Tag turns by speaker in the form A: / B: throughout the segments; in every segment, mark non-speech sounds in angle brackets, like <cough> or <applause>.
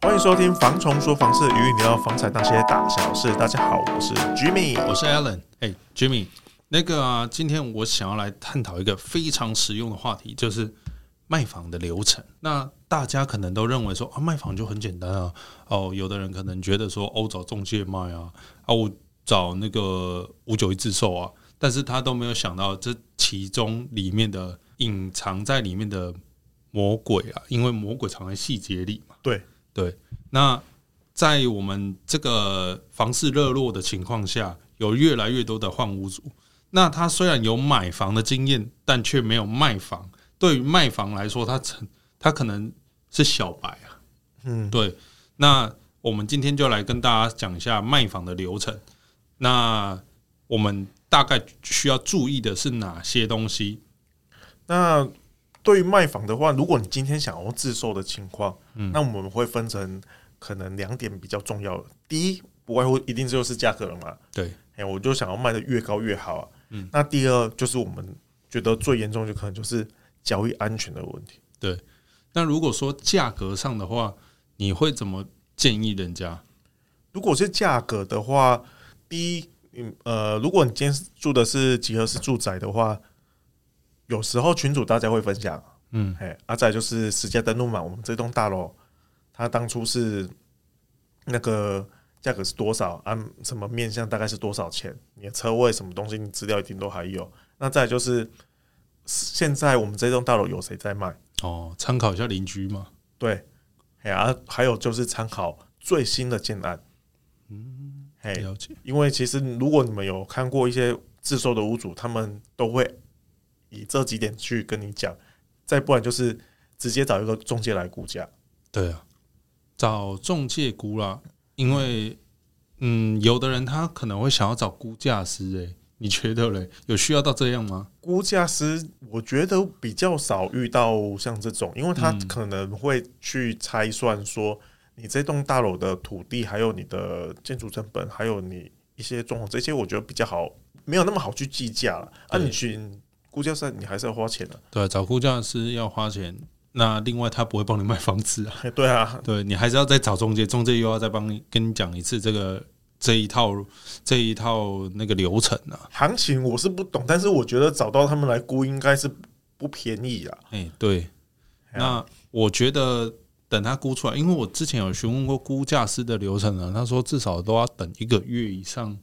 A: 欢迎收听《房虫说房事》，与你聊房产那些大小事。大家好，我是 Jimmy。
B: 我是 Alan。哎、j i m m y 那个啊，今天我想要来探讨一个非常实用的话题，就是卖房的流程。那大家可能都认为说啊，卖房就很简单啊。哦，有的人可能觉得说，哦，找中介卖啊，啊，我找那个五九一自售啊，但是他都没有想到这其中里面的隐藏在里面的魔鬼啊，因为魔鬼藏在细节里嘛。
A: 对
B: 对，那在我们这个房市热络的情况下，有越来越多的换屋族。那他虽然有买房的经验，但却没有卖房。对于卖房来说，他成他可能是小白啊。
A: 嗯，
B: 对。那我们今天就来跟大家讲一下卖房的流程。那我们大概需要注意的是哪些东西？
A: 那对于卖房的话，如果你今天想要自售的情况，那我们会分成可能两点比较重要的。第一，不外乎一定就是价格了嘛。
B: 对，
A: 哎、我就想要卖的越高越好啊。嗯，那第二就是我们觉得最严重就可能就是交易安全的问题。
B: 那如果说价格上的话，你会怎么建议人家？
A: 如果是价格的话，第一，嗯呃，如果你今天是住的是集合式住宅的话，有时候群主大家会分享，
B: 嗯，
A: 哎，啊，再来就是实价登录嘛，我们这栋大楼它当初是那个价格是多少啊？什么面向大概是多少钱？你的车位什么东西，你资料一定都还有。那再来就是现在我们这栋大楼有谁在卖？
B: 哦，参考一下邻居嘛。
A: 对，哎啊，还有就是参考最新的建案，嗯，哎，
B: 了解，
A: 因为其实如果你们有看过一些自售的屋主，他们都会以这几点去跟你讲，再不然就是直接找一个中介来估价。
B: 对啊，找中介估啦，因为嗯，有的人他可能会想要找估价师、欸，你觉得嘞？有需要到这样吗？
A: 估价师我觉得比较少遇到像这种，因为他可能会去拆算说你这栋大楼的土地，还有你的建筑成本，还有你一些装潢这些，我觉得比较好，没有那么好去计价了。啊，
B: 对
A: 你去估价师，你还是要花钱的、 <laughs>
B: 对啊、找估价师要花钱，那另外他不会帮你卖房子啊，
A: 嘿对啊，
B: 对你还是要再找中介，中介又要再帮你跟你讲一次这个这一套这一套那个流程啊。
A: 行情我是不懂，但是我觉得找到他们来估应该是不便宜啊。
B: 哎、对，
A: 哎呀
B: 那我觉得等他估出来，因为我之前有询问过估价师的流程啊，他说至少都要等一个月以上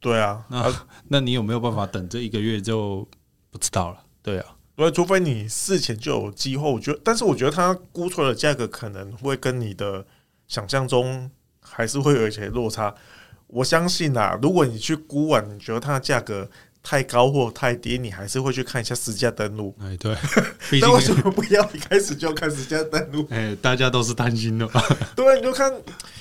A: 对啊，
B: 那那你有没有办法等这一个月就不知道了？对啊，
A: 对，除非你事前就有机会，我觉得，但是我觉得他估出来的价格可能会跟你的想象中还是会有一些落差。我相信啊，如果你去估完，你觉得它的价格太高或太低，你还是会去看一下实价登录。
B: 哎
A: <laughs>
B: 对，毕
A: 那为什
B: 竟
A: 么不要一开始就看实价登录？
B: <laughs> 哎大家都是贪
A: <laughs>
B: 心的嘛，
A: 对啊，你就看，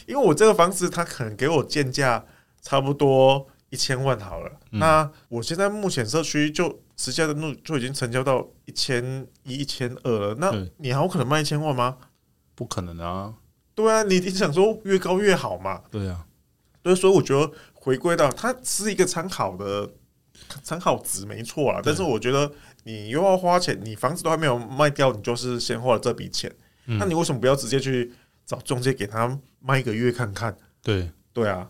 A: 因为我这个房子，它可能给我建价差不多一千万好了。那我现在目前社区就实价登录就已经成交到一千一、一千二了。那
B: 对
A: 你还有可能卖一千万吗？
B: 不可能啊，
A: 对啊，你你想说越高越好嘛？
B: 对啊，
A: 对，所以我觉得回归到它是一个参考的参考值，没错啦。但是我觉得你又要花钱，你房子都还没有卖掉，你就是先花了这笔钱。那你为什么不要直接去找中介给他卖一个月看看？
B: 对，
A: 对啊，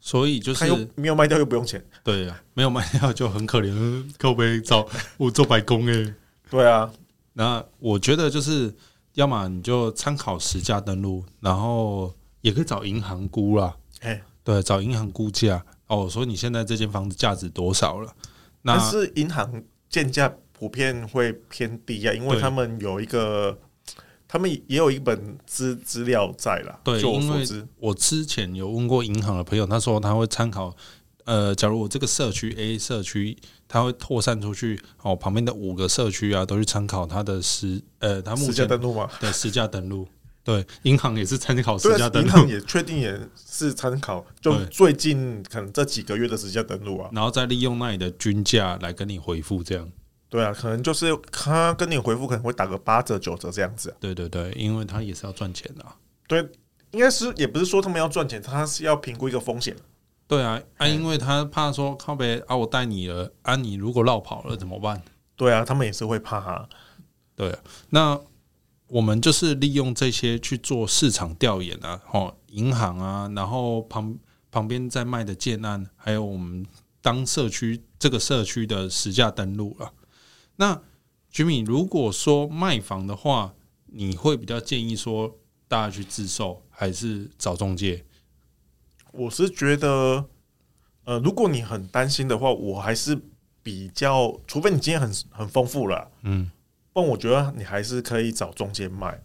B: 所以就
A: 他
B: 是
A: 又没有卖掉又不用钱。
B: 对啊，没有卖掉就很可怜，嗯靠背找我做白工哎、
A: <laughs> 对啊，
B: 那我觉得就是，要么你就参考实价登录，然后也可以找银行估啦，
A: 哎，
B: 对，找银行估价哦，说你现在这间房子价值多少了？那
A: 但是银行建价普遍会偏低啊，因为
B: 对
A: 他们有一个，他们也有一本资资料在啦。
B: 对，
A: 就我
B: 因
A: 所
B: 为
A: 知，
B: 我之前有问过银行的朋友，他说他会参考，呃，假如我这个社区 A 社区，它会扩散出去，哦，旁边的五个社区啊，都去参考它的实，呃，它目
A: 实价
B: 前
A: 登录嘛，
B: 的实价登录。对，银行也是参考
A: 对
B: 实价
A: 啊，
B: 登
A: 银行
B: 录，
A: 也确定也是参考，就
B: 对
A: 最近可能这几个月的实价登录啊，
B: 然后再利用那里的均价来跟你回复，这样。
A: 对啊，可能就是他跟你回复可能会打个八折九折这样子啊、
B: 对对对，因为他也是要赚钱的啊、
A: 对，应该是也不是说他们要赚钱，他是要评估一个风险。
B: 对啊，啊，
A: 嗯
B: 因为他怕说靠北啊，我带你了，啊，你如果绕跑了怎么办？
A: 对啊，他们也是会怕、啊。
B: 对、啊，那我们就是利用这些去做市场调研啊，哦，银行啊，然后旁旁边在卖的建案，还有我们当社区这个社区的实价登录了、那 Jimmy，如果说卖房的话，你会比较建议说大家去自售，还是找中介？
A: 我是觉得，呃，如果你很担心的话，我还是比较，除非你经验很很丰富了，
B: 嗯，
A: 不然我觉得你还是可以找中介卖，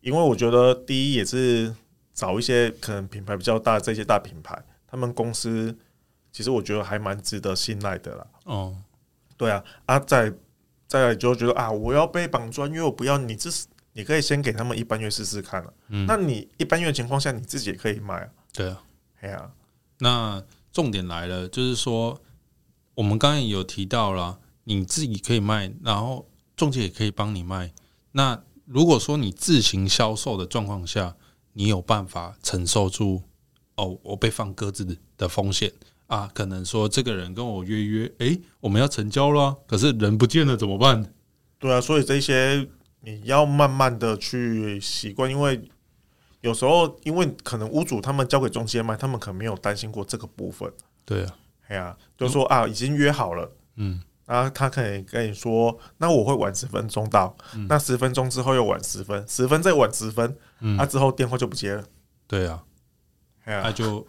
A: 因为我觉得第一也是找一些可能品牌比较大的这些大品牌，他们公司其实我觉得还蛮值得信赖的啦。
B: 哦，
A: 对啊，啊，再再来就觉得啊，我要被绑专约，我不要你这是你可以先给他们一般月试试看啊。
B: 嗯
A: 那你一般月的情况下，你自己也可以卖啊。
B: 对啊。
A: 哎呀、
B: 那重点来了，就是说我们刚才也有提到啦，你自己可以卖，然后中介也可以帮你卖。那如果说你自行销售的状况下，你有办法承受住哦，我被放鸽子的风险啊？可能说这个人跟我约约，诶，我们要成交了啊，可是人不见了怎么办？
A: 对啊，所以这些你要慢慢的去习惯，因为有时候因为可能屋主他们交给中介卖，他们可能没有担心过这个部分。
B: 对啊，
A: 哎呀、就说啊，已经约好了。
B: 嗯，
A: 然后他可以跟你说，那我会晚十分钟到，那十分钟之后又晚十分，十分再晚十分，
B: 嗯
A: 啊之后电话就不接了，
B: 对啊，
A: 哎呀、
B: 那就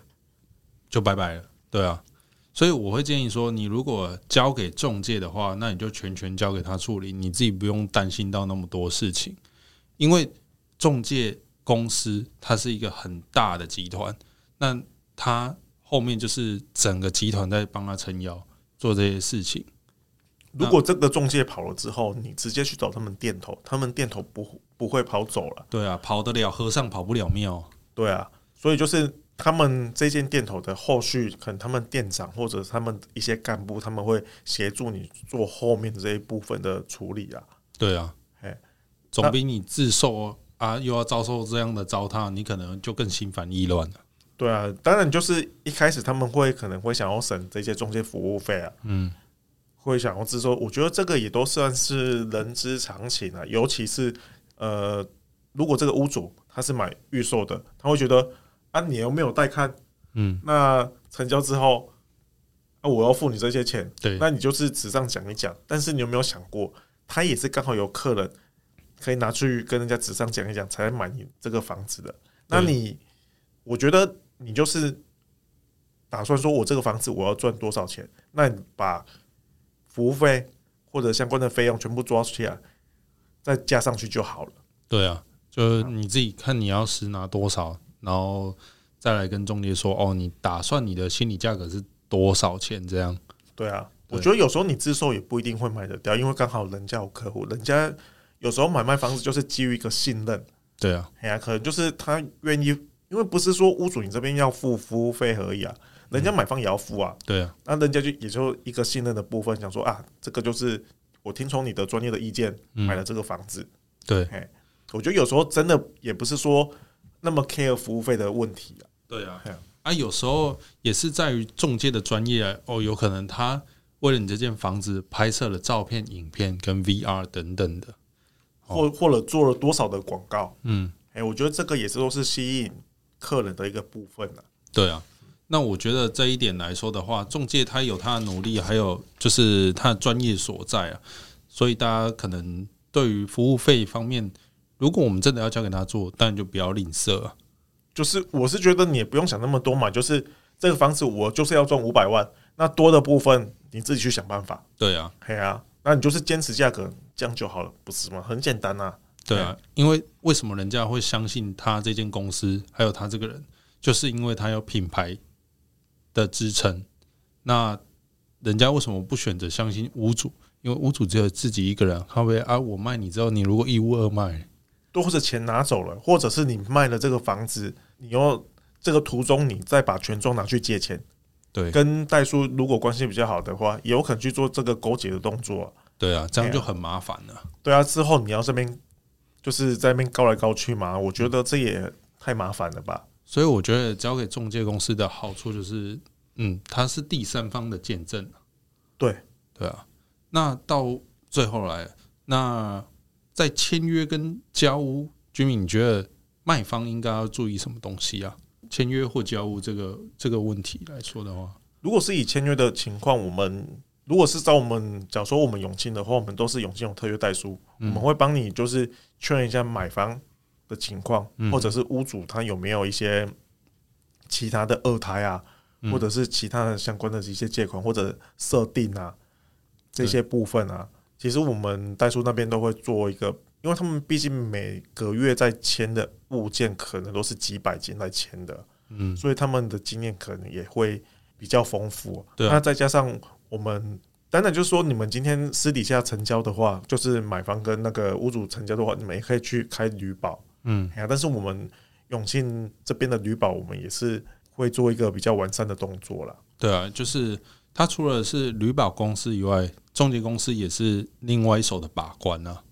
B: 就拜拜了，对啊。所以我会建议说，你如果交给中介的话，那你就全权交给他处理，你自己不用担心到那么多事情，因为中介公司它是一个很大的集团，那它后面就是整个集团在帮他撑腰做这些事情。
A: 如果这个中介跑了之后，你直接去找他们店头，他们店头不不会跑走了，
B: 对啊，跑得了和尚跑不了庙。
A: 对啊，所以就是他们这间店头的后续，可能他们店长或者他们一些干部，他们会协助你做后面的这一部分的处理啊。
B: 对啊
A: 嘿，
B: 总比你自受啊又要遭受这样的糟蹋，你可能就更心烦意乱了。
A: 对啊，当然就是一开始他们会可能会想要省这些中介服务费啊，
B: 嗯。
A: 会想要制作，我觉得这个也都算是人之常情啊。尤其是呃，如果这个屋主他是买预售的，他会觉得啊，你又没有带看，
B: 嗯，
A: 那成交之后，啊，我要付你这些钱，
B: 对
A: 那你就是纸上讲一讲，但是你有没有想过，他也是刚好有客人可以拿去跟人家纸上讲一讲，才买你这个房子的。那
B: 对
A: 你，我觉得你就是打算说我这个房子我要赚多少钱，那你把服务费或者相关的费用全部抓起来，再加上去就好了。
B: 对啊，就是你自己看你要实拿多少，然后再来跟中介说哦，你打算你的心理价格是多少钱这样？
A: 对啊，
B: 对
A: 我觉得有时候你自售也不一定会买得掉，因为刚好人家有客户，人家有时候买卖房子就是基于一个信任，
B: 对啊，
A: 哎呀、可能就是他愿意，因为不是说屋主你这边要付服务费而已
B: 嗯
A: 啊，人家买方也要付啊，
B: 对啊，
A: 那人家就也就一个信任的部分，想说啊，这个就是我听从你的专业的意见
B: 嗯
A: 买了这个房子，
B: 对
A: 我觉得有时候真的也不是说那么 care 服务费的问题啊，
B: 对啊
A: 对啊，
B: 啊，有时候也是在于中介的专业啊哦，有可能他为了你这间房子拍摄了照片、影片跟 VR 等等的，
A: 或或者做了多少的广告，
B: 哦嗯，
A: 哎、我觉得这个也是都是吸引客人的一个部分啊。
B: 对啊。那我觉得这一点来说的话，中介他有他的努力，还有就是他的专业所在啊，所以大家可能对于服务费方面，如果我们真的要交给他做，当然就不要吝啬、啊。
A: 就是我是觉得你也不用想那么多嘛，就是这个房子我就是要赚五百万，那多的部分你自己去想办法。
B: 对啊，
A: 嘿啊，那你就是坚持价格这样就好了，不是吗？很简单啊。
B: 对啊，因为为什么人家会相信他这间公司，还有他这个人，就是因为他有品牌的支撑。那人家为什么不选择相信屋主？因为屋主只有自己一个人，他会啊，我卖你之后，你如果一屋二卖，
A: 多或者钱拿走了，或者是你卖了这个房子，你又这个途中你再把权状拿去借钱，
B: 对
A: 跟代叔如果关系比较好的话，也有可能去做这个勾结的动作啊、
B: 对啊，这样
A: 对
B: 就
A: 啊
B: 很麻烦了。
A: 对啊，之后你要这边就是在那边高来高去嘛，我觉得这也太麻烦了吧。
B: 所以我觉得交给中介公司的好处就是，嗯，它是第三方的见证。啊
A: 对
B: 对啊，那到最后来，那在签约跟交屋，居民你觉得卖方应该要注意什么东西啊？签约或交屋这个这个问题来说的话，
A: 如果是以签约的情况，我们如果是找我们，假如说我们永庆的话，我们都是永庆有特约代书，我们会帮你就是确认一下买房的情况，或者是屋主他有没有一些其他的二胎啊，或者是其他的相关的一些借款或者设定啊这些部分啊，其实我们代书那边都会做一个。因为他们毕竟每个月在签的物件可能都是几百件在签的，
B: 嗯，
A: 所以他们的经验可能也会比较丰富。
B: 对啊
A: 那再加上我们，当然就是说，你们今天私底下成交的话，就是买方跟那个屋主成交的话，你们也可以去开旅保。
B: 嗯，
A: 哎呀，但是我们永庆这边的旅保，我们也是会做一个比较完善的动作啦。
B: 对啊，就是他除了是旅保公司以外，中介公司也是另外一手的把关啊。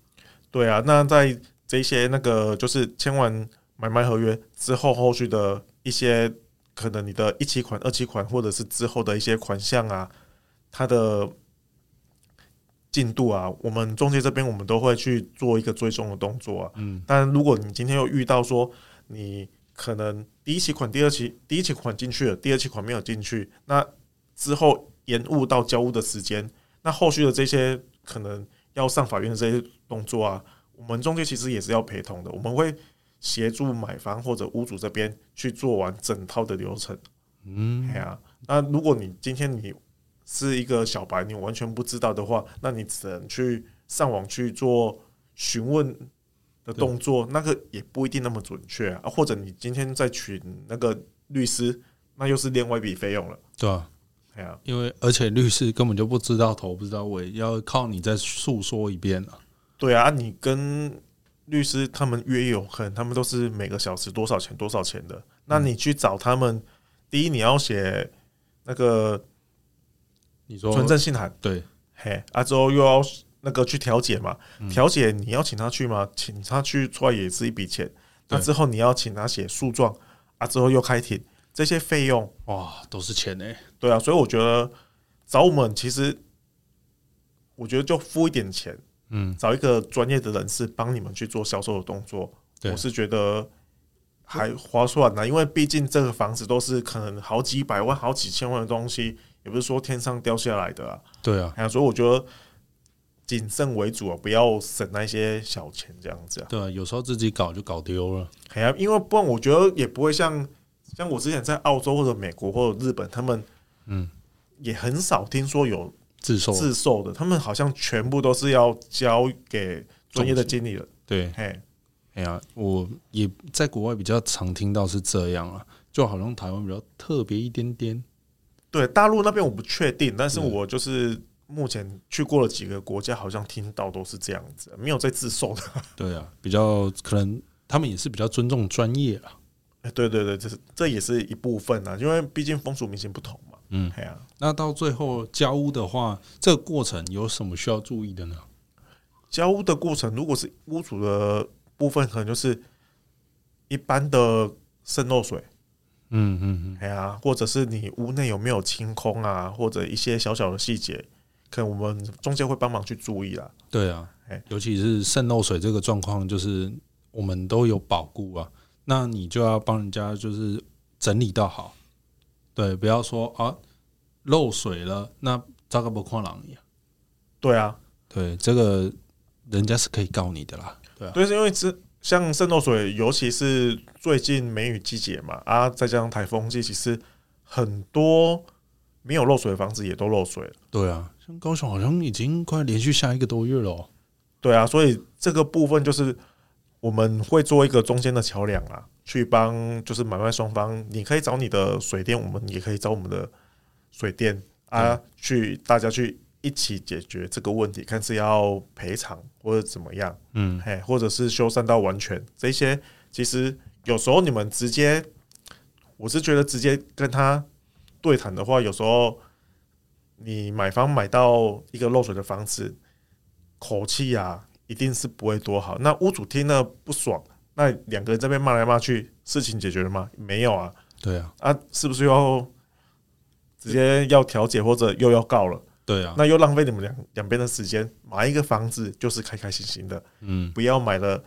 A: 对啊，那在这些那个就是签完买卖合约之后，后续的一些可能你的一期款、二期款，或者是之后的一些款项啊，它的进度啊，我们中介这边我们都会去做一个追踪的动作啊。嗯，但如果你今天又遇到说你可能第一期款、第二期第一期款进去了，第二期款没有进去，那之后延误到交屋的时间，那后续的这些可能要上法院的这些动作啊，我们中介其实也是要陪同的，我们会协助买方或者屋主这边去做完整套的流程。
B: 嗯
A: 哎，呀、那如果你今天你是一个小白，你完全不知道的话，那你只能去上网去做询问的动作，那个也不一定那么准确啊。或者你今天再请那个律师，那又是另外一笔费用了。
B: 对啊，
A: 哎呀、
B: 因为而且律师根本就不知道头不知道尾，要靠你再诉说一遍啊。
A: 对啊，你跟律师他们约有可能他们都是每个小时多少钱多少钱的。那
B: 嗯
A: 你去找他们，第一你要写那个
B: 你说
A: 存证信函，
B: 对，
A: 嘿，啊之后又要那个去调解嘛，
B: 嗯
A: 调解你要请他去吗？请他去出来也是一笔钱。那
B: 对
A: 之后你要请他写诉状，啊之后又开庭，这些费用
B: 哇，都是钱哎、
A: 对啊，所以我觉得找我们其实，我觉得就付一点钱，
B: 嗯，
A: 找一个专业的人士帮你们去做销售的动作，
B: 对
A: 我是觉得还划算啊呢、因为毕竟这个房子都是可能好几百万、好几千万的东西，也不是说天上掉下来的啊。
B: 对啊，
A: 哎呀，所以我觉得谨慎为主啊，不要省那些小钱这样子啊。
B: 对啊，有时候自己搞就搞丢了。
A: 哎呀，因为不然我觉得也不会像像我之前在澳洲或者美国或者日本，他们
B: 嗯
A: 也很少听说有
B: 自售
A: 自售的，他们好像全部都是要交给专业的经理人。
B: 对，
A: 嘿，
B: 哎呀，我也在国外比较常听到是这样啊，就好像台湾比较特别一点点。
A: 对，大陆那边我不确定，但是我就是目前去过了几个国家，好像听到都是这样子，没有在自售的。
B: 对啊，比较可能他们也是比较尊重专业啊。
A: 哎 <laughs> 对对对，这是这也是一部分啊，因为毕竟风俗民情不同嘛。
B: 嗯，
A: 哎呀、
B: 那到最后交屋的话，这个过程有什么需要注意的呢？
A: 交屋的过程，如果是屋主的部分，可能就是一般的渗漏水，
B: 嗯嗯嗯，
A: 哎呀，或者是你屋内有没有清空啊，或者一些小小的细节，可能我们中介会帮忙去注意啦。
B: 对啊
A: 哎，
B: 尤其是渗漏水这个状况，就是我们都有保固啊，那你就要帮人家就是整理到好，对，不要说啊漏水了，那糟糕不跨狼一样。
A: 对啊，
B: 对，这个人家是可以告你的啦。对啊，
A: 对，是因为这像渗漏水，尤其是最近梅雨季节嘛，啊，再加上台风季，其实很多没有漏水的房子也都漏水了。
B: 对啊，像高雄好像已经快连续下一个多月了、哦。
A: 对啊，所以这个部分就是我们会做一个中间的桥梁啦，去帮就是买卖双方，你可以找你的水电，我们也可以找我们的水电啊，去大家去一起解决这个问题，看是要赔偿或者怎么样，
B: 嗯，
A: 嘿，或者是修缮到完全这些，其实有时候你们直接，我是觉得直接跟他对谈的话，有时候你买方买到一个漏水的房子，口气啊一定是不会多好。那屋主听了不爽，那两个人这边骂来骂去，事情解决了吗？没有啊，
B: 对啊，
A: 啊，是不是要直接要调解或者又要告了？
B: 对啊，
A: 那又浪费你们两两边的时间。买一个房子就是开开心心的，
B: 嗯，
A: 不要买了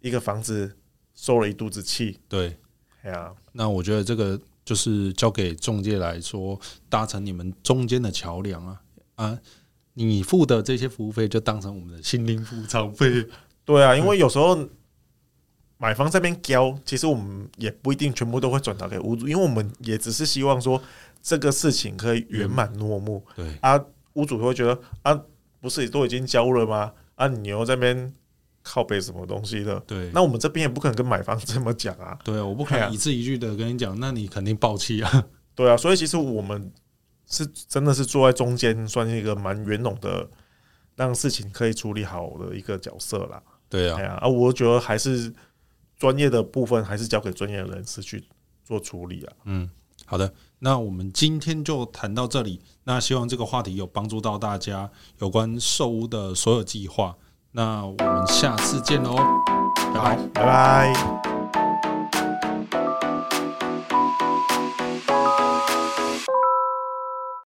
A: 一个房子受了一肚子气。
B: 对。啊
A: 哎呀，
B: 那我觉得这个就是交给中介来说，搭成你们中间的桥梁啊啊！你付的这些服务费就当成我们的心灵补偿费，嗯
A: 对啊，因为有时候买方这边交，其实我们也不一定全部都会转达给屋主，因为我们也只是希望说这个事情可以圆满落幕
B: 对
A: 啊。屋主会觉得啊，不是都已经交了吗？啊，你又在那边靠背什么东西的？
B: <laughs> 对
A: 那我们这边也不可能跟买方这么讲啊。
B: 对，我不可
A: 哎呀
B: 能一字一句的跟你讲，那你肯定爆气啊！
A: 对啊，所以其实我们是真的是坐在中间，算是一个蛮圆融的，让事情可以处理好的一个角色啦。
B: <laughs> 对
A: 哎，呀，啊，我觉得还是专业的部分还是交给专业的人士去做处理啊。
B: 好的，那我们今天就谈到这里。那希望这个话题有帮助到大家有关售屋的所有计划。那我们下次见喽，拜拜。
A: 拜拜。